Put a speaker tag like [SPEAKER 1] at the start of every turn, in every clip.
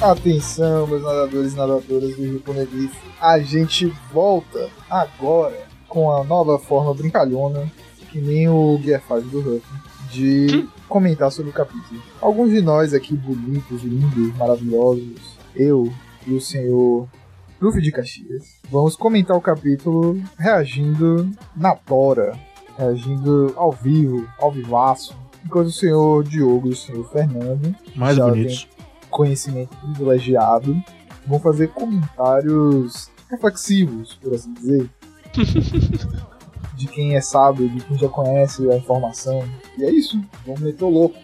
[SPEAKER 1] Atenção, meus nadadores e nadadoras do Rio Poneglyph. A gente volta agora com a nova forma brincalhona, que nem o Guia faz do Huff, de comentar sobre o capítulo. Alguns de nós aqui, bonitos, lindos, maravilhosos, eu e o senhor Luffy de Caxias, vamos comentar o capítulo reagindo na tora, reagindo ao vivo, ao vivaço. Enquanto o senhor Diogo e o senhor Fernando
[SPEAKER 2] Mais
[SPEAKER 1] Já
[SPEAKER 2] bonitos.
[SPEAKER 1] conhecimento privilegiado, vão fazer comentários reflexivos, por assim dizer. de quem é sábio, de quem já conhece a informação. E é isso, vamos meter o louco.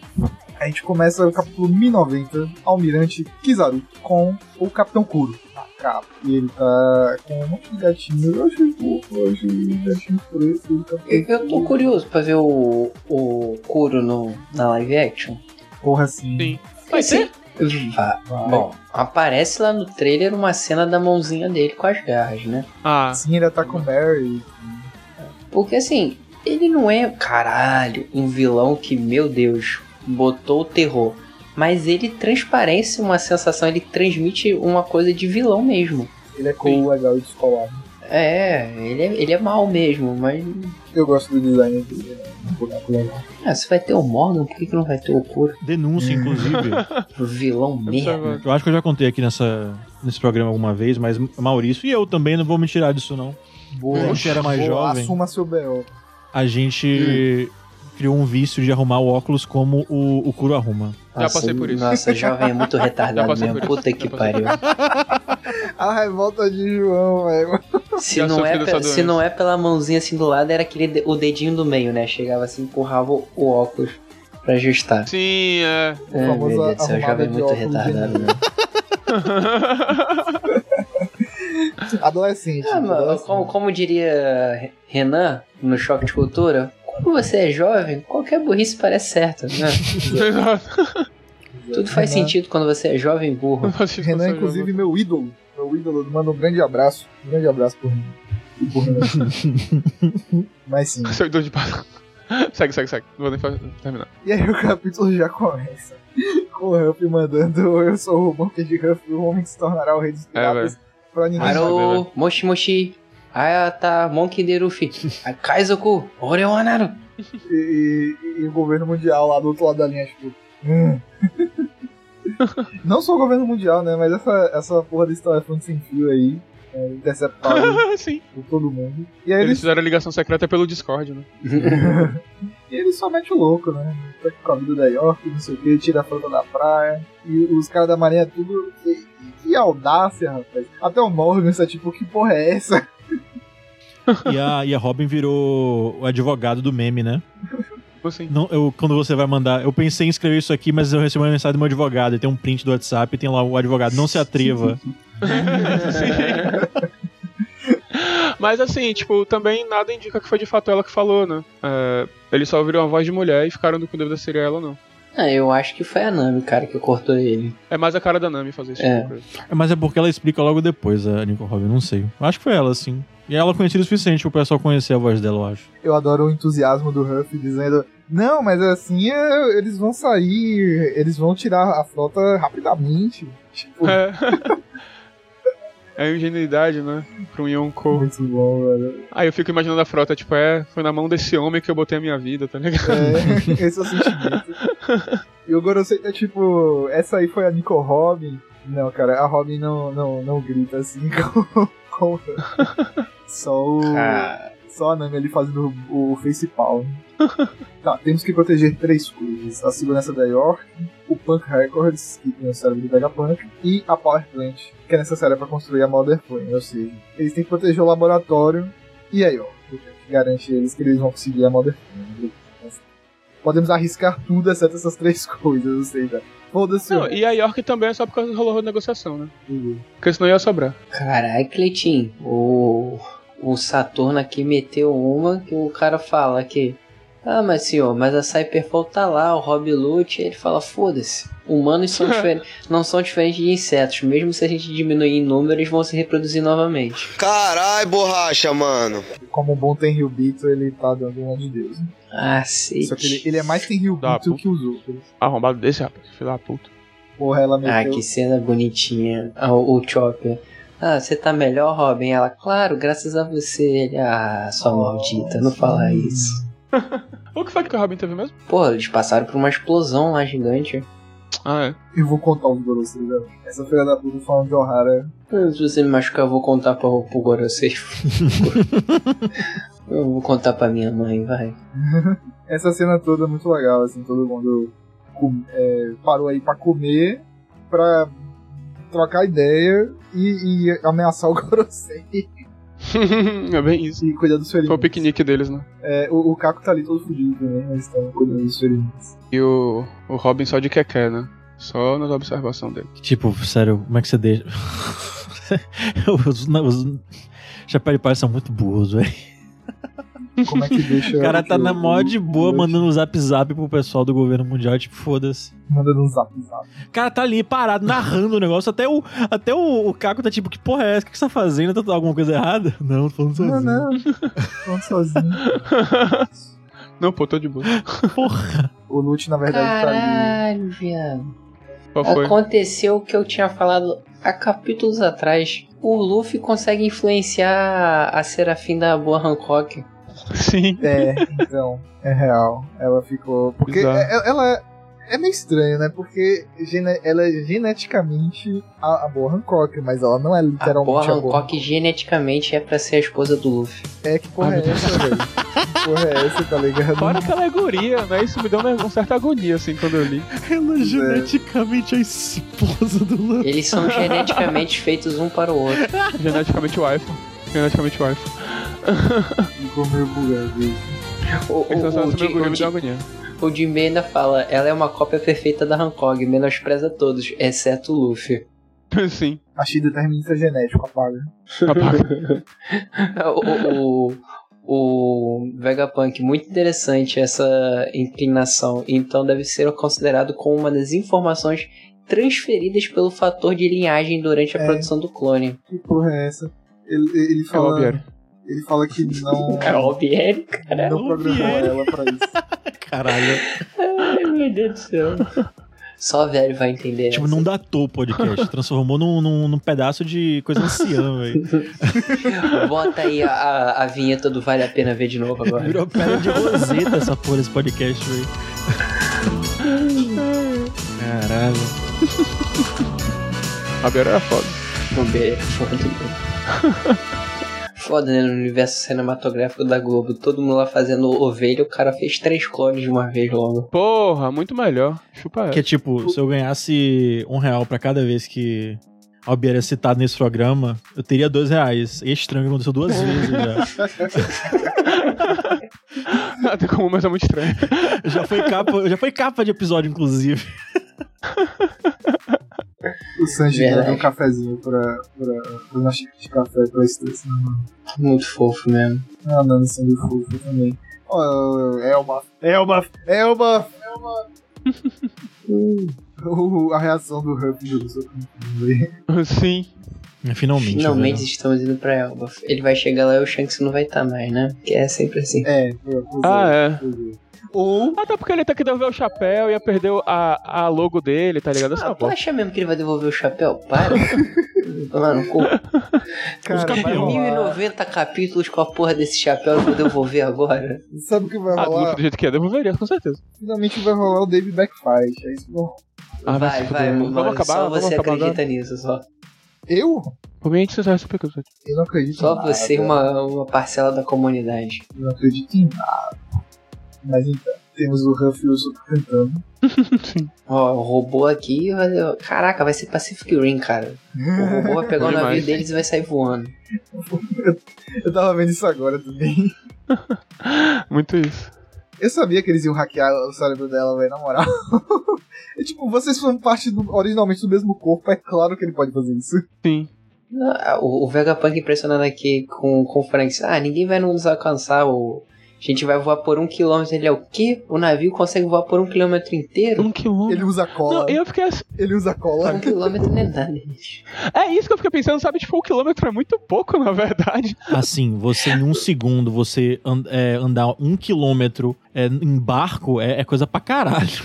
[SPEAKER 1] A gente começa o capítulo 1090, Almirante Kizaru, com o Capitão Kuro na capa. E ele tá com um monte de gatinho. Eu achei fofo, eu achei um gatinho preto. tá
[SPEAKER 3] Eu, eu tô curioso pra ver o, o Kuro no, na live action.
[SPEAKER 1] Porra, assim. tá
[SPEAKER 4] Sim. Vai
[SPEAKER 3] Sim.
[SPEAKER 4] ter?
[SPEAKER 3] Ah,
[SPEAKER 1] vai.
[SPEAKER 3] bom, aparece lá no trailer uma cena da mãozinha dele com as garras, né?
[SPEAKER 4] Ah,
[SPEAKER 1] Sim, ainda tá com o Barry.
[SPEAKER 3] Porque assim, ele não é, caralho, um vilão que, meu Deus, botou o terror. Mas ele transparece uma sensação, ele transmite uma coisa de vilão mesmo.
[SPEAKER 1] Ele é cool, legal e descolado.
[SPEAKER 3] É, ele é, ele é mal mesmo, mas.
[SPEAKER 1] Eu gosto do design dele, né? Um boneco legal.
[SPEAKER 3] Ah, se vai ter o Morgan, por que, que não vai ter o Kuro?
[SPEAKER 2] Denúncia, inclusive.
[SPEAKER 3] Vilão mesmo.
[SPEAKER 4] agora.
[SPEAKER 2] Hum. Eu acho que eu já contei aqui nessa, nesse programa alguma vez, mas Maurício e eu também não vou me tirar disso, não.
[SPEAKER 3] Hum.
[SPEAKER 1] Boa.
[SPEAKER 2] Quando eu era mais
[SPEAKER 1] Boa,
[SPEAKER 2] jovem,
[SPEAKER 1] Assuma seu B.O.
[SPEAKER 2] a gente criou um vício de arrumar o óculos como o, o Kuro arruma.
[SPEAKER 4] Já passei por isso.
[SPEAKER 3] Assim, Nossa, jovem é muito
[SPEAKER 4] Já
[SPEAKER 3] retardado
[SPEAKER 4] passei
[SPEAKER 3] mesmo.
[SPEAKER 4] por isso.
[SPEAKER 3] Puta
[SPEAKER 4] Já
[SPEAKER 3] que
[SPEAKER 4] passei
[SPEAKER 3] pariu.
[SPEAKER 1] A revolta de João, velho.
[SPEAKER 3] Se
[SPEAKER 4] Já
[SPEAKER 3] não,
[SPEAKER 4] sofri
[SPEAKER 3] é,
[SPEAKER 4] dessa
[SPEAKER 3] pe- se
[SPEAKER 4] doença.
[SPEAKER 3] não é pela mãozinha assim do lado, era aquele de- o dedinho do meio, né? Chegava assim, empurrava o o óculos pra ajustar.
[SPEAKER 4] Sim, é.
[SPEAKER 3] É, meu
[SPEAKER 1] famoso
[SPEAKER 3] Deus do céu,
[SPEAKER 1] arrumada
[SPEAKER 3] jovem é
[SPEAKER 1] de
[SPEAKER 3] muito
[SPEAKER 1] óculos de
[SPEAKER 3] retardado.
[SPEAKER 1] novo.
[SPEAKER 3] né?
[SPEAKER 1] Adolescente.
[SPEAKER 3] Ah, mano,
[SPEAKER 1] adolescente.
[SPEAKER 3] como, como diria Renan no Choque de Cultura, quando você é jovem, qualquer burrice parece certa, né?
[SPEAKER 4] Exato.
[SPEAKER 3] Tudo faz
[SPEAKER 1] Renan-
[SPEAKER 3] sentido quando você é jovem e burro.
[SPEAKER 1] Renan, inclusive, meu ídolo. Meu ídolo, manda um grande abraço. Um grande abraço por mim. Por Renan. Mas sim.
[SPEAKER 4] Servidor de pato. Segue, segue, segue. Não vou nem fa- terminar.
[SPEAKER 1] E aí o capítulo já começa. Com o Huff mandando Eu sou o Monkey de Huff, o homem que se tornará o rei
[SPEAKER 3] É,
[SPEAKER 1] dos piratas. pra ninguém.
[SPEAKER 4] Mas-
[SPEAKER 3] Haro, moshi moshi, ayata, Ah, tá, monkey derufi, Ah, kaizoku, oreonaru.
[SPEAKER 1] e, e- e o governo mundial lá do outro lado da linha, tipo. hum. Não só o governo mundial, né? Mas essa, essa porra desse telefone sem fio aí, é, interceptado
[SPEAKER 4] Sim.
[SPEAKER 1] por todo mundo. E aí
[SPEAKER 4] Eles
[SPEAKER 1] eles,
[SPEAKER 4] fizeram a ligação secreta pelo Discord, né?
[SPEAKER 1] e ele só mete o louco, né? Tá com a vida da York, não sei o que, tira a foto da praia. E os caras da marinha tudo. Que, que audácia, rapaz. Até o Morgan tá tipo, que porra é essa?
[SPEAKER 2] E a, e a Robin virou o advogado do meme, né?
[SPEAKER 4] Tipo assim.
[SPEAKER 2] Não, eu, quando você vai mandar. Eu pensei em escrever isso aqui, mas eu recebi uma mensagem do meu advogado. E tem um print do WhatsApp e tem lá o advogado. Não se atreva.
[SPEAKER 4] Sim. Mas assim, tipo, também nada indica que foi de fato ela que falou, né? É, eles só ouviram a voz de mulher e ficaram com dúvida se seria ela ou não.
[SPEAKER 3] Ah, eu acho que foi a Nami, cara, que cortou ele.
[SPEAKER 4] É mais a cara da Nami fazer isso.
[SPEAKER 3] É.
[SPEAKER 2] mas é porque ela explica logo depois, a Nicole Robin. Não sei. Eu Acho que foi ela, sim. E ela conhecia o suficiente pro pessoal conhecer a voz dela, eu acho.
[SPEAKER 1] Eu adoro o entusiasmo do Huff dizendo: Não, mas assim é, eles vão sair, eles vão tirar a frota rapidamente. Tipo,
[SPEAKER 4] É. É a ingenuidade, né? Pra um Yonko.
[SPEAKER 1] muito bom, velho.
[SPEAKER 4] Aí eu fico imaginando a frota, tipo, é, foi na mão desse homem que eu botei a minha vida, tá ligado?
[SPEAKER 1] É, esse é o sentimento. E o Gorosei tá tipo: Essa aí foi a Nico Robin. Não, cara, a Robin não, não, não grita assim com, com o Huff. Só o. Só a Nami ali fazendo o, o face palm. tá, temos que proteger três coisas: a segurança da York, o Punk Records, que tem o cérebro do Vegapunk, e a Power Plant, que é necessária para construir a Mother Flame. Ou seja, eles têm que proteger o laboratório e a York, o que garante eles que eles vão conseguir a Mother Flame. Podemos arriscar tudo exceto essas três coisas, ou seja, foda-se.
[SPEAKER 4] Não,
[SPEAKER 1] o-
[SPEAKER 4] e a York também é só por causa do rolou a negociação, né? Porque senão ia sobrar.
[SPEAKER 3] Caralho, Cleitinho, o, o Saturno aqui meteu uma que o cara fala que. Ah, mas senhor, mas a Cyperfall tá lá, o Rob Lute, ele fala, foda-se. Humanos são diferen- não são diferentes de insetos, mesmo se a gente diminuir em número, eles vão se reproduzir novamente.
[SPEAKER 5] Carai, borracha, mano.
[SPEAKER 1] Como um bom Tenryubito, ele tá dando uma de Deus. né?
[SPEAKER 3] Ah,
[SPEAKER 1] Só que ele, ele é mais
[SPEAKER 4] Dá, pô.
[SPEAKER 1] Tenryubito que os outros.
[SPEAKER 4] Arrombado desse, rapaz, filho da puta.
[SPEAKER 1] Porra, ela
[SPEAKER 3] Ah,
[SPEAKER 1] meteu.
[SPEAKER 3] que cena bonitinha. Ah, O, o Chopper. Ah, você tá melhor, Robin? Ela, claro, graças a você. Ele, ah, sua maldita, não fala isso.
[SPEAKER 4] O que foi que o Robin teve mesmo?
[SPEAKER 3] Pô, eles passaram por uma explosão lá gigante.
[SPEAKER 4] Ah, é.
[SPEAKER 1] Eu vou contar um pra vocês, né? Essa filha da puta falando de Ohara.
[SPEAKER 3] Ah, Se você me machucar, eu vou contar pro, pro Gorosei. eu vou contar pra minha mãe, vai.
[SPEAKER 1] Essa cena toda é muito legal, assim, todo mundo com- é, parou aí pra comer, pra trocar ideia e, e ameaçar o Gorosei
[SPEAKER 4] é bem isso.
[SPEAKER 1] e cuidar dos
[SPEAKER 4] Foi o
[SPEAKER 1] felinos.
[SPEAKER 4] piquenique deles, né?
[SPEAKER 1] É, o, o Caco tá ali todo fudido também, mas tá cuidando dos felinos.
[SPEAKER 4] E o, o Robin só de quequé, né? Só na observação dele.
[SPEAKER 2] Tipo, sério, como é que você deixa? os, não, os chapéu de palha são muito burros, velho.
[SPEAKER 1] Como é que deixa...
[SPEAKER 2] O cara tá
[SPEAKER 1] que
[SPEAKER 2] na
[SPEAKER 1] o-
[SPEAKER 2] mó de boa
[SPEAKER 1] o-
[SPEAKER 2] mandando um zap zap pro pessoal do governo mundial, tipo, foda-se.
[SPEAKER 1] Mandando um zap zap.
[SPEAKER 2] O cara tá ali parado, narrando o negócio, até o, até o, o Caco tá tipo, que porra é essa? O que você tá fazendo? Tá tá alguma coisa errada? Não, tô falando sozinho.
[SPEAKER 1] Não, não. Falando sozinho.
[SPEAKER 4] Não, pô, tô de boa.
[SPEAKER 1] O Lute, na verdade, tá ali.
[SPEAKER 3] Caralho, viado.
[SPEAKER 4] Qual
[SPEAKER 3] É,
[SPEAKER 4] foi?
[SPEAKER 3] Aconteceu o que eu tinha falado há capítulos atrás. O Luffy consegue influenciar a Serafim da Boa Hancock.
[SPEAKER 4] Sim.
[SPEAKER 1] É, então, é real. Ela ficou. Porque
[SPEAKER 4] Bizarro.
[SPEAKER 1] é- é- ela é- é meio estranho, né? Porque gene- ela é geneticamente a, a boa Hancock, mas ela não é
[SPEAKER 3] A Boa
[SPEAKER 1] literalmente a boa.
[SPEAKER 3] Hancock geneticamente é pra ser a esposa do Luffy.
[SPEAKER 1] É que porra é essa, velho? Que porra é essa, tá ligado?
[SPEAKER 4] Ah, Fora que alegoria, né? Isso me deu uma, uma certa agonia, assim, quando eu li.
[SPEAKER 2] Ela geneticamente é a esposa do Luffy.
[SPEAKER 3] Eles são geneticamente feitos um para o outro.
[SPEAKER 4] Geneticamente o iPhone. Geneticamente o iPhone.
[SPEAKER 1] Ficou meio bugado. isso.
[SPEAKER 3] O, o,
[SPEAKER 4] Essa
[SPEAKER 3] o,
[SPEAKER 4] sensação
[SPEAKER 3] Jim-
[SPEAKER 4] me
[SPEAKER 3] o,
[SPEAKER 4] orgulho me deu
[SPEAKER 3] Jim-
[SPEAKER 4] agonia.
[SPEAKER 3] o Jinbei ainda fala: ela é uma cópia perfeita da Hancock, menospreza todos, exceto o Luffy.
[SPEAKER 4] Sim.
[SPEAKER 1] Achei determinista genético, apaga.
[SPEAKER 4] Apaga.
[SPEAKER 3] o, o, o, o Vegapunk, muito interessante essa inclinação, então deve ser considerado como uma das informações transferidas pelo fator de linhagem durante a
[SPEAKER 1] É.
[SPEAKER 3] produção do clone.
[SPEAKER 1] Que porra é essa? Ele, ele
[SPEAKER 4] É o
[SPEAKER 1] fala.
[SPEAKER 4] Albieri.
[SPEAKER 1] ele fala que não.
[SPEAKER 3] É óbvio, é?
[SPEAKER 1] não
[SPEAKER 4] um
[SPEAKER 2] o
[SPEAKER 1] programou
[SPEAKER 2] Pierre.
[SPEAKER 1] ela pra isso.
[SPEAKER 2] Caralho.
[SPEAKER 3] Ai, meu Deus do céu. Só velho vai entender. né?
[SPEAKER 2] Tipo,
[SPEAKER 3] essa.
[SPEAKER 2] não datou o podcast. Transformou num, num, num pedaço de coisa anciã, velho.
[SPEAKER 3] Bota aí a- a, a vinheta do Vale a Pena Ver de novo agora.
[SPEAKER 2] Virou pedra de roseta essa porra desse podcast, velho. Caralho.
[SPEAKER 4] Albieri era foda.
[SPEAKER 3] Bombeiro, é foda. né? Foda, né? No universo cinematográfico da Globo, todo mundo lá fazendo ovelha, o cara fez três clones de uma vez logo.
[SPEAKER 4] Porra, muito melhor. Chupa ela.
[SPEAKER 2] Que é tipo, se eu ganhasse um real pra cada vez que Albieri é citado nesse programa, eu teria dois reais. E é estranho que aconteceu duas vezes já.
[SPEAKER 4] Nada comum, mas é muito estranho.
[SPEAKER 2] Já foi capa, já foi capa de episódio, inclusive.
[SPEAKER 1] O Sanji
[SPEAKER 3] Verdade.
[SPEAKER 1] deu um cafezinho pra. pra. pra uma xícara de café pra tá Stacy.
[SPEAKER 3] Muito fofo mesmo.
[SPEAKER 1] Ah, não, isso é meio fofo também. Oh, Elba. Elba. Elba. Elba. Uh, a reação do Huff do
[SPEAKER 4] Sim.
[SPEAKER 2] É, Finalmente.
[SPEAKER 4] né?
[SPEAKER 3] Finalmente
[SPEAKER 2] velho.
[SPEAKER 3] estamos indo pra Elba. Ele vai chegar lá e o Shanks não vai estar mais, né? Que é sempre assim.
[SPEAKER 1] É, pô, pois
[SPEAKER 4] Ah,
[SPEAKER 1] é.
[SPEAKER 4] é.
[SPEAKER 1] pois é. Ou
[SPEAKER 4] Até porque ele tá que devolver o chapéu e ia perder o- a, a logo dele, tá ligado? Essa
[SPEAKER 3] Ah, tu
[SPEAKER 4] porra.
[SPEAKER 3] acha mesmo que ele vai devolver o chapéu? Para. Mano, com
[SPEAKER 1] cara,
[SPEAKER 4] É
[SPEAKER 1] vai
[SPEAKER 4] um-
[SPEAKER 2] campeão.
[SPEAKER 1] rolar.
[SPEAKER 3] 1090 capítulos com a porra desse chapéu eu vou devolver agora.
[SPEAKER 1] Sabe o que vai
[SPEAKER 4] Ah, do
[SPEAKER 1] rolar?
[SPEAKER 4] do jeito que é, devolveria, com certeza.
[SPEAKER 1] Finalmente vai rolar o David Backfight. É isso. Bom,
[SPEAKER 4] Ah, vai
[SPEAKER 3] vai,
[SPEAKER 4] se
[SPEAKER 3] vai,
[SPEAKER 4] fuder.
[SPEAKER 3] mano.
[SPEAKER 4] Vamos acabar,
[SPEAKER 3] só
[SPEAKER 4] vamos
[SPEAKER 3] você
[SPEAKER 4] acabar
[SPEAKER 3] acredita nisso, só.
[SPEAKER 1] Eu?
[SPEAKER 4] Por mim, a gente encerra esse episódio.
[SPEAKER 1] Eu não acredito em
[SPEAKER 3] Só
[SPEAKER 4] Ah,
[SPEAKER 1] nada.
[SPEAKER 3] você e
[SPEAKER 4] tá.
[SPEAKER 3] uma, uma parcela da comunidade.
[SPEAKER 1] Eu não acredito em nada. Mas então, temos o Huff e o Zuko cantando.
[SPEAKER 4] Sim.
[SPEAKER 3] Ó, o robô aqui. vai- Caraca, vai ser Pacific Rim, cara. O robô vai pegar o
[SPEAKER 4] Bom
[SPEAKER 3] navio
[SPEAKER 4] demais.
[SPEAKER 3] deles e vai sair voando.
[SPEAKER 1] Eu tava vendo isso agora também.
[SPEAKER 4] Muito isso.
[SPEAKER 1] Eu sabia que eles iam hackear o cérebro dela, velho, na moral. É tipo, vocês são parte do- originalmente do mesmo corpo, é claro que ele pode fazer isso.
[SPEAKER 4] Sim.
[SPEAKER 3] Não, O, o Vegapunk impressionado aqui com, com o Frank. Ah, ninguém vai nos alcançar. O, a gente vai voar por um quilômetro. Ele é o quê? O navio consegue voar por um quilômetro inteiro?
[SPEAKER 4] Um quilômetro.
[SPEAKER 1] Ele usa cola.
[SPEAKER 4] Não, eu fiquei assim.
[SPEAKER 1] Ele usa cola.
[SPEAKER 3] Um quilômetro não é nada, gente.
[SPEAKER 4] É isso que eu fiquei pensando, sabe? Tipo, um quilômetro é muito pouco, na verdade.
[SPEAKER 2] Assim, você em um segundo, você and- é, andar um quilômetro é, em barco é, é coisa pra caralho.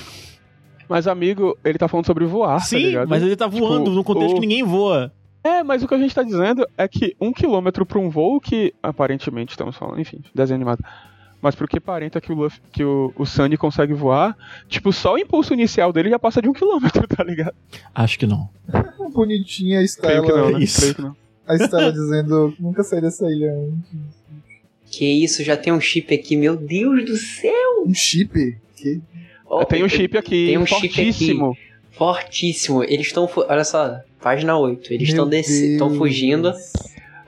[SPEAKER 4] Mas, amigo, ele tá falando sobre voar, tá
[SPEAKER 2] Sim,
[SPEAKER 4] ligado? Tipo,
[SPEAKER 2] mas ele tá voando num contexto
[SPEAKER 4] o-
[SPEAKER 2] que ninguém voa.
[SPEAKER 4] É, mas o que a gente tá dizendo é que um quilômetro pra um voo que, aparentemente, estamos falando, enfim, desenho animado. Mas pro que parenta que o, Luffy, que o, o Sunny consegue voar, tipo, só o impulso inicial dele já passa de um quilômetro, tá ligado?
[SPEAKER 2] Acho que não.
[SPEAKER 1] Bonitinha a
[SPEAKER 4] Creio que não,
[SPEAKER 1] Estela,
[SPEAKER 4] né?
[SPEAKER 2] Isso.
[SPEAKER 4] Creio que não.
[SPEAKER 1] a Estela dizendo nunca sai dessa ilha.
[SPEAKER 3] Que isso, já tem um chip aqui, meu Deus do céu!
[SPEAKER 1] Um chip? Que?
[SPEAKER 3] Ó,
[SPEAKER 4] Tem um chip aqui,
[SPEAKER 3] Tem um chip aqui.
[SPEAKER 4] fortíssimo.
[SPEAKER 3] Fortíssimo. Eles estão. fu- Olha só, página 8. Eles
[SPEAKER 1] Meu
[SPEAKER 3] estão estão
[SPEAKER 1] Deus.
[SPEAKER 3] fugindo.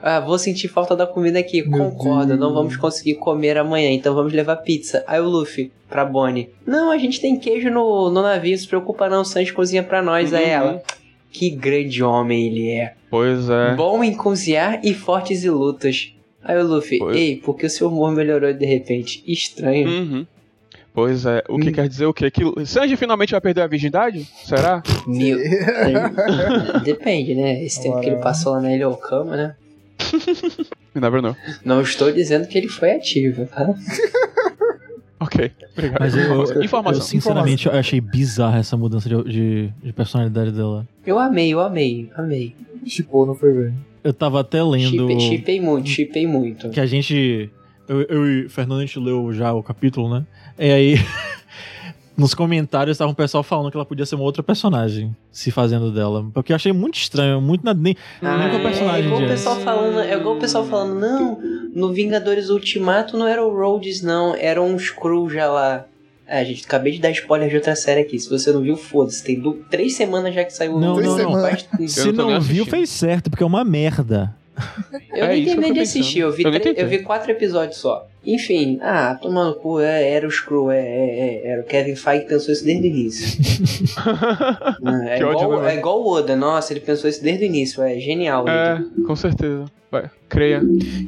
[SPEAKER 3] Ah, vou sentir falta da comida aqui.
[SPEAKER 1] Meu
[SPEAKER 3] Concordo,
[SPEAKER 1] Deus.
[SPEAKER 3] não vamos conseguir comer amanhã, então vamos levar pizza. Aí o Luffy, pra Bonnie. Não, a gente tem queijo no, no navio, se preocupa não, o Sanji cozinha pra nós. Aí
[SPEAKER 4] Uhum.
[SPEAKER 3] é, ela. Que grande homem ele é.
[SPEAKER 4] Pois é.
[SPEAKER 3] Bom em cozinhar e fortes e lutas. Aí o Luffy,
[SPEAKER 4] Pois-
[SPEAKER 3] ei, por que o seu humor melhorou de repente?
[SPEAKER 1] Hum.
[SPEAKER 3] Estranho.
[SPEAKER 4] Uhum. Pois é. O que
[SPEAKER 3] Hum.
[SPEAKER 4] quer dizer o quê? Que Sanji finalmente vai perder a virgindade? Será?
[SPEAKER 3] Meu Depende, né? Esse tempo que ele
[SPEAKER 1] Agora-
[SPEAKER 3] passou lá na Ilha Okama, né?
[SPEAKER 4] Never know.
[SPEAKER 3] Não estou dizendo que ele foi ativo, tá?
[SPEAKER 4] Ok. Obrigado.
[SPEAKER 2] Mas eu, eu
[SPEAKER 4] Informação.
[SPEAKER 2] sinceramente eu achei bizarra essa mudança de, de, de personalidade dela.
[SPEAKER 3] Eu amei, eu amei, amei.
[SPEAKER 1] Chipou, não foi bem.
[SPEAKER 2] Eu tava até lendo
[SPEAKER 3] Chipei, chipei muito, chipei muito.
[SPEAKER 2] que a gente. Eu, eu e o Fernando a gente leu já o capítulo, né? E aí. Nos comentários estava um pessoal falando que ela podia ser uma outra personagem se fazendo dela. Porque eu achei muito estranho, muito na, nem, nunca o
[SPEAKER 3] é,
[SPEAKER 2] personagem
[SPEAKER 3] igual o
[SPEAKER 2] de-
[SPEAKER 3] pessoal falando, é igual o pessoal falando, não, no Vingadores Ultimato não era o Rhodes, não, era um Screw já lá. É, gente, acabei de dar spoiler de outra série aqui. Se você não viu, foda-se. Tem du- três semanas já que saiu
[SPEAKER 2] Não,
[SPEAKER 3] o
[SPEAKER 1] não, não.
[SPEAKER 3] Faz-
[SPEAKER 4] Eu
[SPEAKER 2] Se
[SPEAKER 4] não tô nem
[SPEAKER 2] não viu,
[SPEAKER 4] assistindo.
[SPEAKER 2] fez certo, porque é uma merda.
[SPEAKER 3] Eu
[SPEAKER 4] É
[SPEAKER 3] nem
[SPEAKER 4] isso que
[SPEAKER 3] terminei
[SPEAKER 4] eu tô
[SPEAKER 3] de
[SPEAKER 4] pensando.
[SPEAKER 3] assistir, eu vi,
[SPEAKER 4] Eu nem
[SPEAKER 3] tre- eu
[SPEAKER 4] tentei.
[SPEAKER 3] vi quatro episódios só. Enfim, ah, tomando cu, é, era o Screw, é, é, é, era o Kevin Feige pensou isso desde o início. Ah, é,
[SPEAKER 4] Que ódio,
[SPEAKER 3] igual,
[SPEAKER 4] né,
[SPEAKER 3] é igual o Oda, nossa, ele pensou isso desde o início, é genial.
[SPEAKER 4] é,
[SPEAKER 3] ele.
[SPEAKER 4] com certeza. Vai, creia.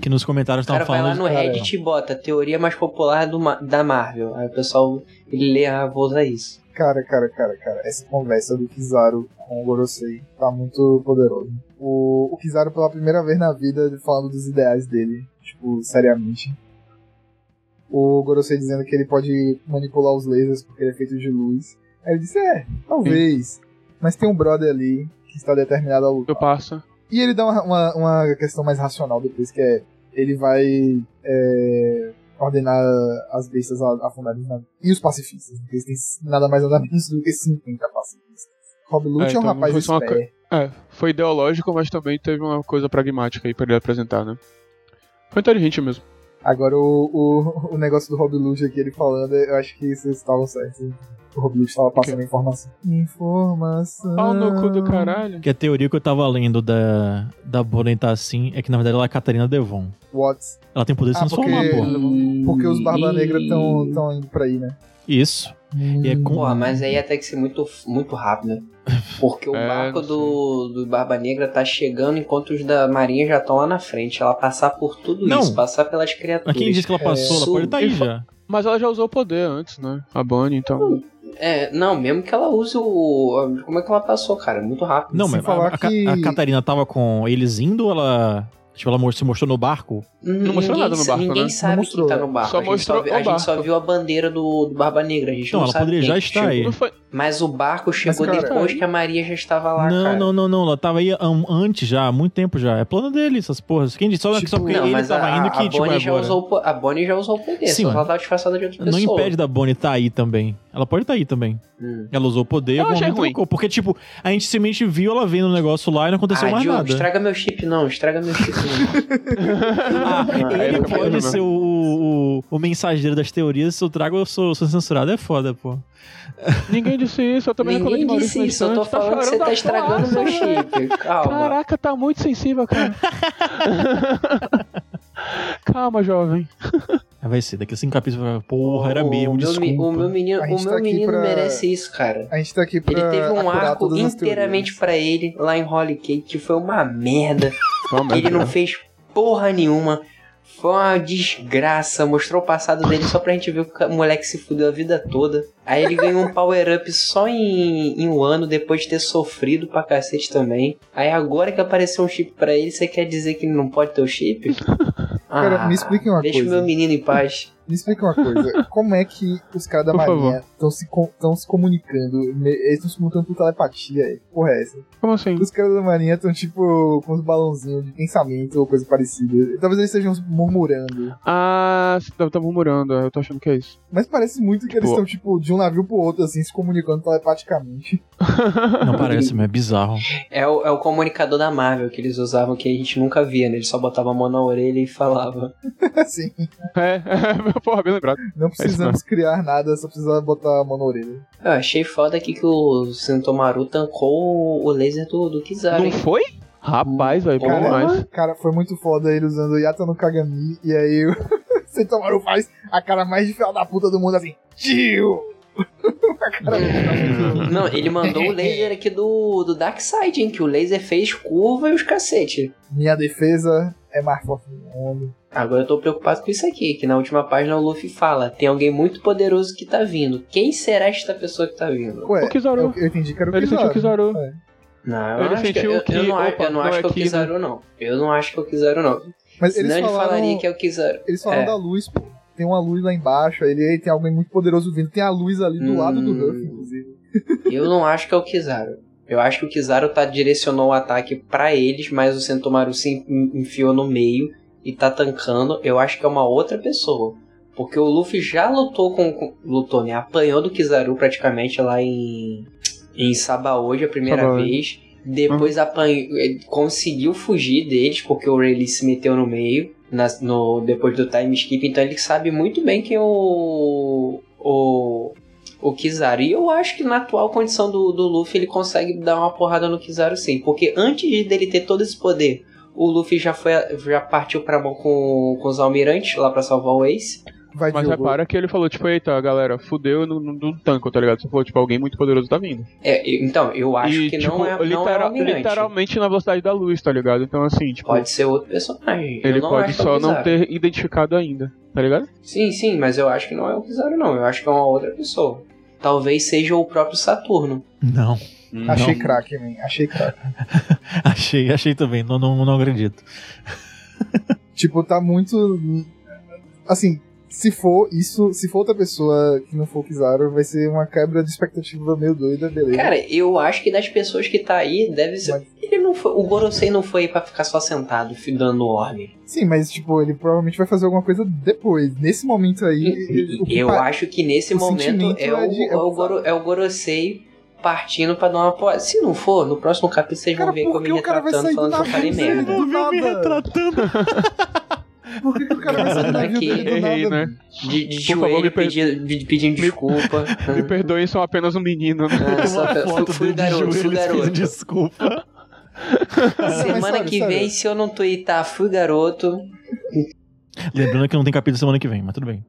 [SPEAKER 2] Que nos comentários
[SPEAKER 3] O cara
[SPEAKER 2] estavam
[SPEAKER 3] vai lá
[SPEAKER 2] falando.
[SPEAKER 3] no Reddit e bota teoria mais popular do Ma- da Marvel. Aí o pessoal ele lê, ah, vou usar isso.
[SPEAKER 1] Cara, cara, cara, cara, essa conversa do Kizaru com o Gorosei tá muito poderoso. O, o Kizaru, pela primeira vez na vida, falando dos ideais dele, tipo, seriamente. O Gorosei dizendo que ele pode manipular os lasers porque ele é feito de luz. Aí ele disse, é, talvez, mas tem um brother ali que está determinado a
[SPEAKER 4] Eu
[SPEAKER 1] lutar.
[SPEAKER 4] passo.
[SPEAKER 1] E ele dá uma, uma, uma questão mais racional depois, que é ele vai é, ordenar as bestas a afundarem os navios. E os pacifistas, né? eles têm nada mais nada menos do que 50 pacifistas. Rob Lute é,
[SPEAKER 4] É, então
[SPEAKER 1] um
[SPEAKER 4] não
[SPEAKER 1] rapaz
[SPEAKER 4] foi só uma
[SPEAKER 1] esperto.
[SPEAKER 4] É, foi ideológico, mas também teve uma coisa pragmática aí pra ele apresentar, né? Foi inteligente mesmo.
[SPEAKER 1] Agora o, o, o negócio do Rob Lute aqui, ele falando, eu acho que vocês estavam certos. O Rob Lute estava passando informação. Informação.
[SPEAKER 4] Pau no cu
[SPEAKER 2] Ah.
[SPEAKER 4] do caralho.
[SPEAKER 2] Que a teoria que eu tava lendo da, da Bonnie tá assim é que na verdade ela é a Catarina Devon.
[SPEAKER 1] What's?
[SPEAKER 2] Ela tem poder de
[SPEAKER 1] Ah,
[SPEAKER 2] se transformar,
[SPEAKER 1] porque-
[SPEAKER 2] pô.
[SPEAKER 1] Hum, Porque os Barba
[SPEAKER 3] Ih.
[SPEAKER 1] Negra estão indo pra aí, né?
[SPEAKER 2] Isso. E é com-
[SPEAKER 3] Pô, mas aí ia ter que ser muito, muito rápido. né? Porque o
[SPEAKER 4] É,
[SPEAKER 3] barco
[SPEAKER 4] não sei.
[SPEAKER 3] do, do Barba Negra tá chegando enquanto os da Marinha já estão lá na frente. Ela passar por tudo
[SPEAKER 2] Não.
[SPEAKER 3] isso, passar pelas
[SPEAKER 2] Mas
[SPEAKER 3] criaturas.
[SPEAKER 2] quem disse que
[SPEAKER 1] é,
[SPEAKER 2] ela passou? Ela
[SPEAKER 3] sou-
[SPEAKER 2] pode tá aí
[SPEAKER 4] eu fa-
[SPEAKER 2] já.
[SPEAKER 4] Mas ela já usou o poder antes, né? A Bonnie, então.
[SPEAKER 3] É, não, mesmo que ela use o. Como é que ela passou, cara? É Muito rápido.
[SPEAKER 2] Não,
[SPEAKER 1] Sem
[SPEAKER 2] mas a,
[SPEAKER 1] falar
[SPEAKER 2] a Ca-
[SPEAKER 1] que-
[SPEAKER 2] a Catarina tava com eles indo ou ela. Tipo, ela mo- se mostrou no barco?
[SPEAKER 4] Não mostrou nada no
[SPEAKER 3] sa-
[SPEAKER 4] barco,
[SPEAKER 3] Ninguém
[SPEAKER 4] né?
[SPEAKER 1] Não
[SPEAKER 3] sabe
[SPEAKER 1] mostrou.
[SPEAKER 3] quem tá no barco.
[SPEAKER 4] Só
[SPEAKER 3] a gente
[SPEAKER 4] mostrou
[SPEAKER 3] só, vi-
[SPEAKER 4] o
[SPEAKER 3] a gente só
[SPEAKER 4] barco. Então,
[SPEAKER 3] viu a bandeira do, do Barba Negra. A gente
[SPEAKER 2] Não,
[SPEAKER 3] não,
[SPEAKER 2] Então, ela
[SPEAKER 3] sabe
[SPEAKER 2] poderia
[SPEAKER 3] quem
[SPEAKER 2] já
[SPEAKER 3] que
[SPEAKER 2] estar
[SPEAKER 3] chegou.
[SPEAKER 2] aí.
[SPEAKER 4] Não foi.
[SPEAKER 3] Mas o barco chegou
[SPEAKER 1] cara-
[SPEAKER 3] depois que a Maria já estava lá,
[SPEAKER 2] não,
[SPEAKER 3] cara.
[SPEAKER 2] não, não, não. Ela tava aí há um- antes já, há muito tempo já. É plano dele, essas porras. Quem disse? Só,
[SPEAKER 1] Tipo,
[SPEAKER 2] só porque
[SPEAKER 3] Não,
[SPEAKER 2] ele
[SPEAKER 3] mas
[SPEAKER 2] tava
[SPEAKER 3] a,
[SPEAKER 2] indo
[SPEAKER 3] a
[SPEAKER 2] que, tipo, é
[SPEAKER 3] Bonnie já
[SPEAKER 2] agora.
[SPEAKER 3] usou, o po- a Bonnie já usou o
[SPEAKER 2] Sim,
[SPEAKER 3] poder, só que
[SPEAKER 2] mano.
[SPEAKER 3] ela tava disfarçada de outra
[SPEAKER 2] Não
[SPEAKER 3] pessoa.
[SPEAKER 2] impede da Bonnie tá aí também. Ela pode tá aí também.
[SPEAKER 3] Hum.
[SPEAKER 2] Ela usou o poder,
[SPEAKER 4] Eu
[SPEAKER 2] algum
[SPEAKER 4] achei
[SPEAKER 2] momento
[SPEAKER 4] ruim.
[SPEAKER 2] trocou. Porque, tipo, a gente simplesmente viu ela vendo o negócio lá e não aconteceu
[SPEAKER 3] Ah,
[SPEAKER 2] mais
[SPEAKER 3] Diogo,
[SPEAKER 2] nada.
[SPEAKER 3] estraga meu chip não, estraga meu chip não.
[SPEAKER 2] Ah,
[SPEAKER 4] É,
[SPEAKER 2] ele
[SPEAKER 4] fica
[SPEAKER 2] pode
[SPEAKER 4] problema.
[SPEAKER 2] ser o, o, o mensageiro das teorias. Se eu trago, eu sou, sou censurado. É foda, pô.
[SPEAKER 4] Ninguém disse isso, eu também reclamei
[SPEAKER 3] Ninguém
[SPEAKER 4] de
[SPEAKER 3] disse
[SPEAKER 4] Maurício
[SPEAKER 3] isso, eu tô
[SPEAKER 4] Neistante,
[SPEAKER 3] falando que você
[SPEAKER 4] chorando
[SPEAKER 3] tá
[SPEAKER 4] a
[SPEAKER 3] estragando
[SPEAKER 4] fumaça,
[SPEAKER 3] meu
[SPEAKER 4] velho.
[SPEAKER 3] chip. Calma.
[SPEAKER 4] Caraca, tá muito sensível, cara. Calma, jovem.
[SPEAKER 2] Aí É, vai ser, daqui a cinco capítulos vai falar, porra, era
[SPEAKER 1] O
[SPEAKER 2] mesmo,
[SPEAKER 3] O meu,
[SPEAKER 2] desculpa.
[SPEAKER 3] me- o meu menino,
[SPEAKER 1] A
[SPEAKER 3] o
[SPEAKER 1] gente
[SPEAKER 3] meu
[SPEAKER 1] tá aqui
[SPEAKER 3] menino
[SPEAKER 1] pra-
[SPEAKER 3] merece isso, cara.
[SPEAKER 1] A gente tá aqui pra
[SPEAKER 3] Ele teve um
[SPEAKER 1] apurar
[SPEAKER 3] arco
[SPEAKER 1] todas as teorias.
[SPEAKER 3] inteiramente pra ele lá em Holy Cake, que foi uma merda.
[SPEAKER 4] Calma,
[SPEAKER 3] Ele
[SPEAKER 1] é.
[SPEAKER 3] não fez porra nenhuma. Foi uma desgraça. Mostrou o passado dele só pra gente ver que o moleque se fudeu a vida toda. Aí ele ganhou um power-up só em, em um ano, depois de ter sofrido pra cacete também. Aí agora que apareceu um chip pra ele, você quer dizer que ele não pode ter o chip? Ah,
[SPEAKER 1] Cara, me explica uma
[SPEAKER 3] deixa
[SPEAKER 1] coisa.
[SPEAKER 3] o meu menino em paz.
[SPEAKER 1] Me explica uma coisa. como é que os caras da
[SPEAKER 4] Por favor.
[SPEAKER 1] Marinha estão se, com- tão se comunicando? Me- Eles estão se comunicando por telepatia. aí. Que Porra, é essa?
[SPEAKER 4] Como assim?
[SPEAKER 1] Os caras da Marinha estão, tipo, com uns balãozinhos de pensamento ou coisa parecida. Talvez eles estejam murmurando.
[SPEAKER 4] Ah, você tá, tá murmurando, eu tô achando que é isso.
[SPEAKER 1] Mas parece muito que eles
[SPEAKER 4] Pô.
[SPEAKER 1] estão, tipo, de um navio pro outro, assim, se comunicando telepaticamente.
[SPEAKER 2] Não parece, mas é bizarro.
[SPEAKER 3] É o, é o comunicador da Marvel que eles usavam que a gente nunca via, né? Ele só botava a mão na orelha e falava.
[SPEAKER 1] assim,
[SPEAKER 4] é, é, porra, bem lembrado.
[SPEAKER 1] não precisamos criar nada, só precisamos botar a mão na orelha.
[SPEAKER 3] Eu achei foda aqui que o Sentomaru tancou o laser do, do Kizaru,
[SPEAKER 4] Não
[SPEAKER 3] hein?
[SPEAKER 4] foi? Rapaz, velho, bom
[SPEAKER 3] Caramba.
[SPEAKER 4] demais.
[SPEAKER 1] Cara, foi muito foda ele usando Yata no Kagami, e aí o Sentomaru faz a cara mais de fela da puta do mundo, assim, tio! a cara dele tá muito-
[SPEAKER 4] É.
[SPEAKER 3] Não, ele mandou o laser aqui do, do Dark Side, hein? Que o laser fez curva e os cacete.
[SPEAKER 1] Minha defesa é mais forte do mundo.
[SPEAKER 3] Agora eu tô preocupado com isso aqui, que na última página o Luffy fala: tem alguém muito poderoso que tá vindo. Quem será esta pessoa que tá vindo?
[SPEAKER 1] Ué,
[SPEAKER 4] O Kizaru.
[SPEAKER 1] eu, eu entendi que era É, o
[SPEAKER 4] Ele sentiu o
[SPEAKER 1] Kizaru. É.
[SPEAKER 4] Kizaru.
[SPEAKER 3] Não, eu
[SPEAKER 4] Ele
[SPEAKER 3] não acho que,
[SPEAKER 4] sentiu
[SPEAKER 3] eu,
[SPEAKER 4] que-
[SPEAKER 3] eu não, a-
[SPEAKER 4] opa,
[SPEAKER 3] eu não
[SPEAKER 4] não
[SPEAKER 3] acho
[SPEAKER 4] é
[SPEAKER 3] que é o
[SPEAKER 4] aqui,
[SPEAKER 3] Kizaru, não. Eu não acho que é o Kizaru, não.
[SPEAKER 1] Mas eles
[SPEAKER 3] Senão ele
[SPEAKER 1] falaram,
[SPEAKER 3] falaria que é o Kizaru.
[SPEAKER 1] eles falaram
[SPEAKER 3] é.
[SPEAKER 1] da luz, pô. Tem uma luz lá embaixo, ele, ele tem alguém muito poderoso vindo. Tem a luz ali do
[SPEAKER 3] Hum.
[SPEAKER 1] lado do Ruff, inclusive.
[SPEAKER 3] Eu não acho que é o Kizaru. Eu acho que o Kizaru tá, direcionou o ataque pra eles, mas o Sentomaru se en- enfiou no meio e tá tancando. Eu acho que é uma outra pessoa. Porque o Luffy já lutou com. com- lutou, né? Apanhou do Kizaru praticamente lá em. em Sabaody a primeira
[SPEAKER 4] Sabaody.
[SPEAKER 3] vez. Depois apanhou, ele conseguiu fugir deles, porque o Rayleigh se meteu no meio, na- no, depois do time skip. Então ele sabe muito bem que o. o. o Kizaru. E eu acho que na atual condição do, do Luffy ele consegue dar uma porrada no Kizaru sim. Porque antes de- dele ter todo esse poder, o Luffy já, foi, já partiu pra mão com, com os almirantes lá pra salvar o Ace.
[SPEAKER 1] Vai
[SPEAKER 4] Mas
[SPEAKER 1] Diogo.
[SPEAKER 4] repara que ele falou, tipo, eita, galera, fudeu no, no, no tanco, tá ligado? Você falou, tipo, alguém muito poderoso tá vindo.
[SPEAKER 3] É, e- então, eu acho
[SPEAKER 4] e,
[SPEAKER 3] que
[SPEAKER 4] tipo,
[SPEAKER 3] não é, não é o
[SPEAKER 4] literal-
[SPEAKER 3] almirante.
[SPEAKER 4] literalmente na velocidade da luz, tá ligado? Então, assim, tipo,
[SPEAKER 3] Pode ser outro personagem.
[SPEAKER 4] ele
[SPEAKER 3] eu não
[SPEAKER 4] pode
[SPEAKER 3] acho que é o
[SPEAKER 4] só
[SPEAKER 3] Kizaru.
[SPEAKER 4] não ter identificado ainda, tá ligado?
[SPEAKER 3] Sim, sim, mas eu acho que não é o Kizaru, não. Eu acho que é uma outra pessoa. Talvez seja o próprio Saturno.
[SPEAKER 2] Não.
[SPEAKER 1] Achei craque, man. Achei craque.
[SPEAKER 2] Achei, achei também. Não, não, não acredito.
[SPEAKER 1] Tipo, tá muito. Assim, se for isso, se for outra pessoa que não for o Kizaru, vai ser uma quebra de expectativa meio doida, beleza.
[SPEAKER 3] Cara, eu acho que das pessoas que tá aí, deve ser.
[SPEAKER 1] Mas-
[SPEAKER 3] Ele não foi. O Gorosei não foi aí pra ficar só sentado, fi- dando ordem.
[SPEAKER 1] Sim, mas tipo, ele provavelmente vai fazer alguma coisa depois. Nesse momento aí. ele- o que
[SPEAKER 3] Eu
[SPEAKER 1] pa-
[SPEAKER 3] acho que nesse
[SPEAKER 1] o
[SPEAKER 3] momento
[SPEAKER 1] sentimento
[SPEAKER 3] é o,
[SPEAKER 1] é de-
[SPEAKER 3] é, o Goro- é o Gorosei partindo pra dar uma porra. Se não for, no próximo capítulo vocês
[SPEAKER 1] Cara,
[SPEAKER 3] vão ver
[SPEAKER 1] por
[SPEAKER 3] como
[SPEAKER 1] que
[SPEAKER 3] me
[SPEAKER 1] o cara vai sair
[SPEAKER 3] retratando
[SPEAKER 1] do
[SPEAKER 3] falando né? que eu
[SPEAKER 1] navio
[SPEAKER 3] falei
[SPEAKER 1] sem
[SPEAKER 3] merda.
[SPEAKER 1] Do
[SPEAKER 2] viu me
[SPEAKER 1] nada.
[SPEAKER 2] retratando?
[SPEAKER 1] Por que, que o cara vai sair do navio
[SPEAKER 3] Aqui.
[SPEAKER 1] dele do
[SPEAKER 4] Errei,
[SPEAKER 1] nada?
[SPEAKER 4] né?
[SPEAKER 3] De, de
[SPEAKER 4] Por favor,
[SPEAKER 3] joelho
[SPEAKER 4] me per-
[SPEAKER 3] pedindo, de- pedindo desculpa.
[SPEAKER 4] Me perdoem, são apenas um menino. né?
[SPEAKER 3] Ah, só-
[SPEAKER 2] Uma
[SPEAKER 3] fui-
[SPEAKER 2] foto
[SPEAKER 3] fui
[SPEAKER 2] dele de
[SPEAKER 3] garoto, fui
[SPEAKER 2] joelhos pedindo
[SPEAKER 3] garoto.
[SPEAKER 2] desculpa.
[SPEAKER 1] Não, mas
[SPEAKER 3] Semana
[SPEAKER 1] sério,
[SPEAKER 3] que
[SPEAKER 1] sério.
[SPEAKER 3] vem, se eu não tweetar fui garoto,
[SPEAKER 2] Lembrando que não tem capítulo semana que vem, mas tudo bem.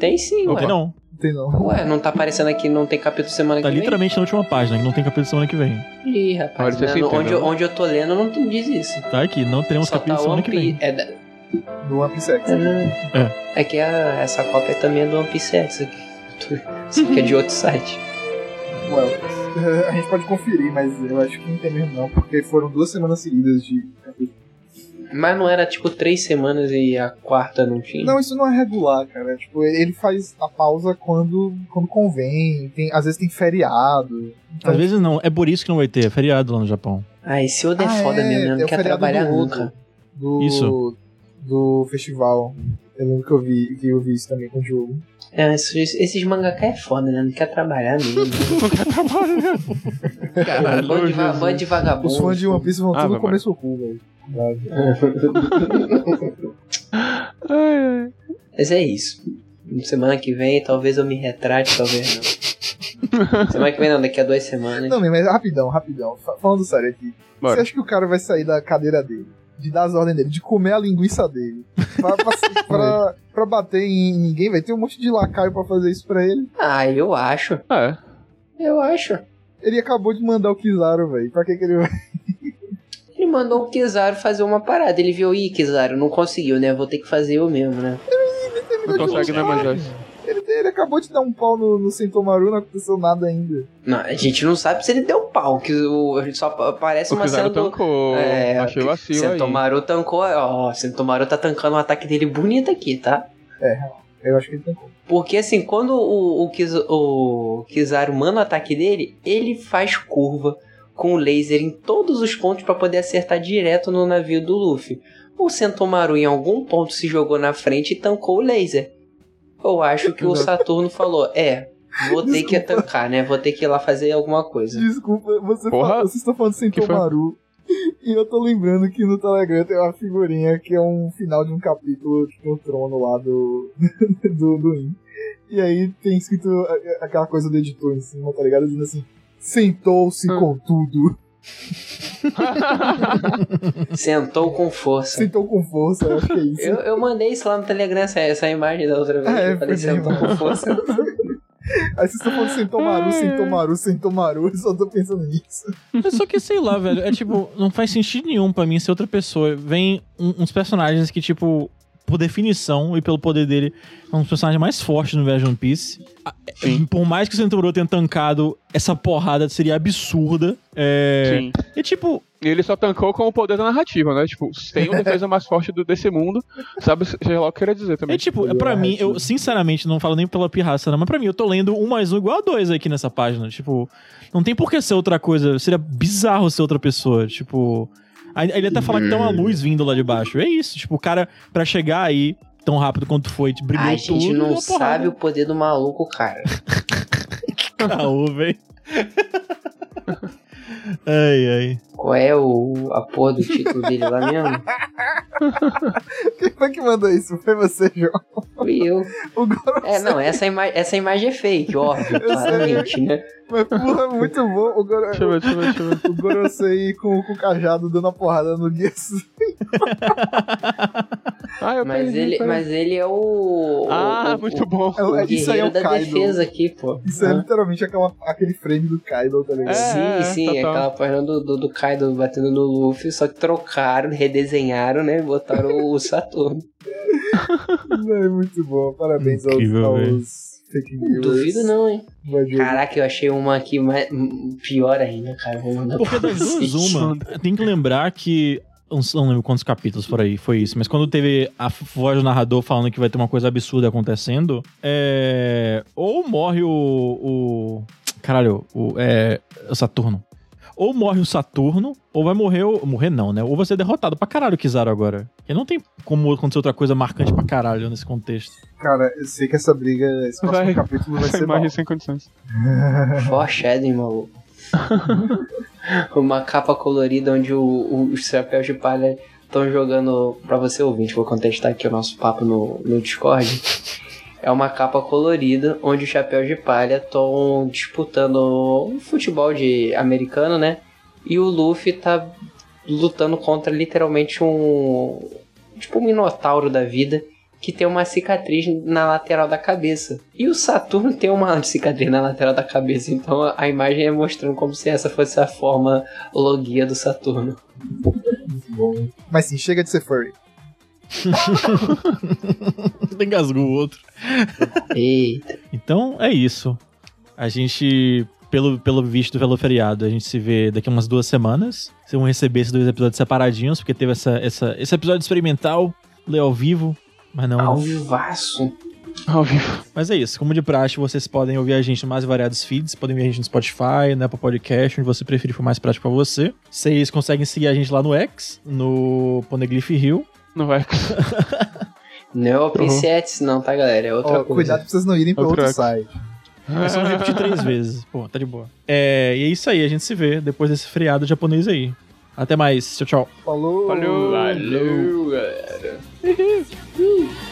[SPEAKER 3] tem sim,
[SPEAKER 2] Não
[SPEAKER 3] ué.
[SPEAKER 2] tem não.
[SPEAKER 1] Tem não.
[SPEAKER 3] Ué, não tá aparecendo aqui, não tem capítulo semana
[SPEAKER 2] Tá
[SPEAKER 3] que vem?
[SPEAKER 2] literalmente na última página, que não tem capítulo semana que vem.
[SPEAKER 3] Ih, rapaz,
[SPEAKER 4] Olha, você
[SPEAKER 3] né,
[SPEAKER 4] se
[SPEAKER 3] no-
[SPEAKER 4] entendeu,
[SPEAKER 3] onde, eu-
[SPEAKER 4] né?
[SPEAKER 3] onde eu tô lendo não tu diz isso.
[SPEAKER 2] Tá aqui, não teremos
[SPEAKER 3] Só
[SPEAKER 2] capítulo
[SPEAKER 3] tá
[SPEAKER 2] semana
[SPEAKER 3] One
[SPEAKER 2] que vem.
[SPEAKER 3] Piece. É, da-
[SPEAKER 1] Do One Piece X.
[SPEAKER 3] é que a- essa cópia também é do One Piece X. tu- Só que é de outro site. É.
[SPEAKER 1] Well, a gente pode conferir, mas eu acho que não tem mesmo não, porque foram duas semanas seguidas de.
[SPEAKER 3] Mas não era tipo três semanas e a quarta não tinha?
[SPEAKER 1] Não, isso não é regular, cara. Tipo, ele faz a pausa quando, quando convém. Tem, às vezes tem feriado. Então,
[SPEAKER 2] Às vezes não, é por isso que não vai ter, é feriado lá no Japão.
[SPEAKER 3] Ah, esse Oda é
[SPEAKER 1] Ah,
[SPEAKER 3] foda
[SPEAKER 1] é,
[SPEAKER 3] mesmo, né?
[SPEAKER 1] é
[SPEAKER 3] Não
[SPEAKER 1] o
[SPEAKER 3] quer
[SPEAKER 1] feriado
[SPEAKER 3] trabalhar
[SPEAKER 1] do outro.
[SPEAKER 3] nunca.
[SPEAKER 1] do,
[SPEAKER 2] Isso.
[SPEAKER 1] do festival. Eu lembro que eu vi, que eu vi isso também com o jogo.
[SPEAKER 3] É, esses, esses mangaka é foda, né? Não quer trabalhar mesmo.
[SPEAKER 4] Não quer trabalhar.
[SPEAKER 3] Ah,
[SPEAKER 4] Caralho,
[SPEAKER 3] Bando de, va-
[SPEAKER 4] Jesus.
[SPEAKER 3] bando de vagabundo.
[SPEAKER 1] né? Os fãs de One Piece vão
[SPEAKER 4] Ah,
[SPEAKER 1] tudo
[SPEAKER 4] vai,
[SPEAKER 1] comer seu cu, velho.
[SPEAKER 4] Ai, ai.
[SPEAKER 3] Mas é isso. Semana que vem, talvez eu me retrate, talvez não. semana que vem não, daqui a duas semanas.
[SPEAKER 1] Não, mas rapidão, rapidão. Fa- Falando sério aqui.
[SPEAKER 4] Bora.
[SPEAKER 1] Você acha que o cara vai sair da cadeira dele? De dar as ordens dele, de comer a linguiça dele. Pra, pra, pra- pra bater em ninguém, vai ter um monte de lacaio pra fazer isso pra ele.
[SPEAKER 3] Ah, eu acho.
[SPEAKER 4] Ah,
[SPEAKER 3] Eu acho.
[SPEAKER 1] Ele acabou de mandar o Kizaru, velho. Pra que, que ele vai.
[SPEAKER 3] Ele mandou o Kizaru fazer uma parada. Ele viu, ih, Kizaru, não conseguiu, né? Vou ter que fazer eu mesmo, né?
[SPEAKER 4] não consegue, né, mais essa.
[SPEAKER 1] Ele, ele acabou de dar um pau no, no Sentomaru, não aconteceu nada ainda.
[SPEAKER 3] Não, a gente não sabe se ele deu pau. Que o, a gente só parece
[SPEAKER 4] O
[SPEAKER 3] uma cena
[SPEAKER 4] Kizaru
[SPEAKER 3] do.
[SPEAKER 4] tancou.
[SPEAKER 3] É,
[SPEAKER 4] Achei o vacilo aí.
[SPEAKER 3] um Sentomaru tancou. Ó, Sentomaru tá tancando o ataque dele bonito aqui, tá?
[SPEAKER 1] Eu acho que ele tem como.
[SPEAKER 3] Porque assim, quando o, o, Kiz- o Kizaru manda o ataque dele, ele faz curva com o laser em todos os pontos pra poder acertar direto no navio do Luffy. O Sentomaru em algum ponto se jogou na frente e tancou o laser. Eu acho que o
[SPEAKER 1] Não.
[SPEAKER 3] Saturno falou: É, vou ter que tancar, né? Vou ter que ir lá fazer alguma coisa.
[SPEAKER 1] Desculpa, você
[SPEAKER 4] Porra.
[SPEAKER 1] fala- vocês estão falando sem
[SPEAKER 4] Que foi?
[SPEAKER 1] Tomaru. E eu tô lembrando que no Telegram tem uma figurinha que é um final de um capítulo tipo, um trono lá do. do, do In. E aí tem escrito a- a- aquela coisa do editor em cima, tá ligado? Dizendo assim: sentou-se
[SPEAKER 4] Hum.
[SPEAKER 1] com tudo,
[SPEAKER 3] Sentou com força.
[SPEAKER 1] sentou com força, eu acho que é isso.
[SPEAKER 3] Eu, eu mandei isso lá no Telegram, essa, essa imagem da outra vez.
[SPEAKER 1] É,
[SPEAKER 3] eu
[SPEAKER 1] foi bem,
[SPEAKER 3] falei: Sentou com
[SPEAKER 1] mano.
[SPEAKER 3] força.
[SPEAKER 1] Aí vocês estão falando sem Tomaru, sem Tomaru, sem Tomaru, eu só tô pensando nisso.
[SPEAKER 2] É Só que, sei lá, velho. É tipo, não faz sentido nenhum pra mim ser outra pessoa. Vem um- uns personagens que, tipo, por definição e pelo poder dele, é um dos personagens mais fortes no universo de One Piece. A- é-
[SPEAKER 4] Sim.
[SPEAKER 2] Por mais que o Centauro tenha tancado, essa porrada seria absurda. É.
[SPEAKER 4] Sim.
[SPEAKER 2] E tipo,
[SPEAKER 4] E ele só tancou com o poder da narrativa, né? Tipo, tem uma defesa mais forte do, desse mundo, sabe? Seja lá o que queira dizer
[SPEAKER 2] é
[SPEAKER 4] também.
[SPEAKER 2] tipo, é pra
[SPEAKER 1] Eu
[SPEAKER 2] mim,
[SPEAKER 1] acho.
[SPEAKER 2] eu sinceramente não falo nem pela pirraça, não, mas pra mim, eu tô lendo um mais um igual a dois aqui nessa página. Tipo, não tem por que ser outra coisa. Seria bizarro ser outra pessoa. Tipo. Aí aí ele até fala que tem uma
[SPEAKER 3] Uhum.
[SPEAKER 2] luz vindo lá de baixo. É isso. Tipo, o cara, pra chegar aí tão rápido quanto foi, te brilhou
[SPEAKER 3] A
[SPEAKER 2] tudo.
[SPEAKER 3] gente não
[SPEAKER 2] uma porrada.
[SPEAKER 3] sabe o poder do maluco, cara.
[SPEAKER 2] Caô, velho. ai, ai.
[SPEAKER 3] Qual é o, a porra do título dele lá mesmo?
[SPEAKER 1] Quem foi que mandou isso? Foi você, João.
[SPEAKER 3] Fui eu.
[SPEAKER 1] O Goro,
[SPEAKER 3] É, não, essa, ima essa imagem é fake, óbvio,
[SPEAKER 1] Eu sei.
[SPEAKER 3] claramente, né?
[SPEAKER 1] mas porra, muito bom. O Goro,
[SPEAKER 4] Deixa eu ver, deixa eu ver, deixa eu ver.
[SPEAKER 1] o Gorosei com, com o cajado dando uma porrada no Guess.
[SPEAKER 4] Ah, eu
[SPEAKER 3] Mas
[SPEAKER 4] perdi,
[SPEAKER 3] ele,
[SPEAKER 4] peraí.
[SPEAKER 3] mas ele é o.
[SPEAKER 4] Ah,
[SPEAKER 3] o,
[SPEAKER 4] muito
[SPEAKER 3] o,
[SPEAKER 4] bom.
[SPEAKER 1] É,
[SPEAKER 3] o
[SPEAKER 1] o- é, isso aí é
[SPEAKER 3] guerreiro
[SPEAKER 1] o
[SPEAKER 3] da
[SPEAKER 1] Kaido.
[SPEAKER 3] defesa aqui, pô. Ah.
[SPEAKER 1] Isso é literalmente aquela, aquele frame do Kaido, tá ligado?
[SPEAKER 4] É.
[SPEAKER 3] Sim, sim,
[SPEAKER 4] total.
[SPEAKER 3] aquela página do, do, do Kaido batendo no Luffy, só que trocaram, redesenharam, né? Botaram o Saturno.
[SPEAKER 1] É muito bom. Parabéns aos,
[SPEAKER 2] Incrível, velho.
[SPEAKER 1] aos fake news.
[SPEAKER 3] Duvido né? não, hein?
[SPEAKER 1] Cara,
[SPEAKER 3] Caraca, eu achei uma aqui mais, m- pior ainda, cara. Vou mandar
[SPEAKER 2] Porque
[SPEAKER 3] pra
[SPEAKER 2] das duas,
[SPEAKER 3] vocês.
[SPEAKER 2] uma. Tem que lembrar que. eu Não lembro quantos capítulos por aí foi isso, mas quando teve a voz do narrador falando que vai ter uma coisa absurda acontecendo, é. Ou morre o. o- Caralho, o. É. O Saturno. Ou morre o Saturno, ou vai morrer o. Morrer não, né? Ou vai ser derrotado pra caralho o Kizaru agora. Porque não tem como acontecer outra coisa marcante pra caralho nesse contexto.
[SPEAKER 1] cara, eu sei que essa briga, esse próximo
[SPEAKER 4] Vai.
[SPEAKER 1] capítulo vai
[SPEAKER 4] Essa
[SPEAKER 1] ser mal.
[SPEAKER 4] imagem sem condições.
[SPEAKER 3] Foreshadowing, maluco. Uma capa colorida onde o- o- os chapéus de palha estão jogando. Pra você ouvinte, vou contestar aqui o nosso papo no, no Discord. É uma capa colorida onde os chapéus de palha estão disputando um futebol de americano, né? E o Luffy tá lutando contra literalmente um. Tipo um minotauro da vida que tem uma cicatriz na lateral da cabeça. E o Saturno tem uma cicatriz na lateral da cabeça, então a- a imagem é mostrando como se essa fosse a forma logia do Saturno.
[SPEAKER 1] Mas sim, chega de ser furry.
[SPEAKER 2] Engasgou o outro.
[SPEAKER 3] Eita.
[SPEAKER 2] Então é isso. A gente, pelo, pelo visto, pelo feriado, a gente se vê daqui a umas duas semanas. Vocês vão receber esses dois episódios separadinhos, porque teve essa, essa, esse episódio experimental, ler ao vivo. Mas não.
[SPEAKER 3] Ao vivaço.
[SPEAKER 4] Ao vivo.
[SPEAKER 2] Mas é isso. Como de praxe, vocês podem ouvir a gente em mais variados feeds. Podem ouvir a gente no Spotify, na Apple Podcast, onde você preferir for mais prático pra você. Vocês conseguem seguir a gente lá no X, no Poneglyph Hill.
[SPEAKER 4] Não vai.
[SPEAKER 3] Não é o Open Sets, não, tá, galera? É outra
[SPEAKER 1] Ó,
[SPEAKER 3] coisa.
[SPEAKER 1] cuidado pra vocês não irem pra
[SPEAKER 4] Outro
[SPEAKER 1] outro,
[SPEAKER 4] arco.
[SPEAKER 1] site.
[SPEAKER 2] É só repetir três vezes. Pô, tá de boa. É, e é isso aí. A gente se vê depois desse feriado japonês aí. Até mais. Tchau, tchau.
[SPEAKER 1] Falou!
[SPEAKER 4] Valeu.
[SPEAKER 3] Valeu, galera.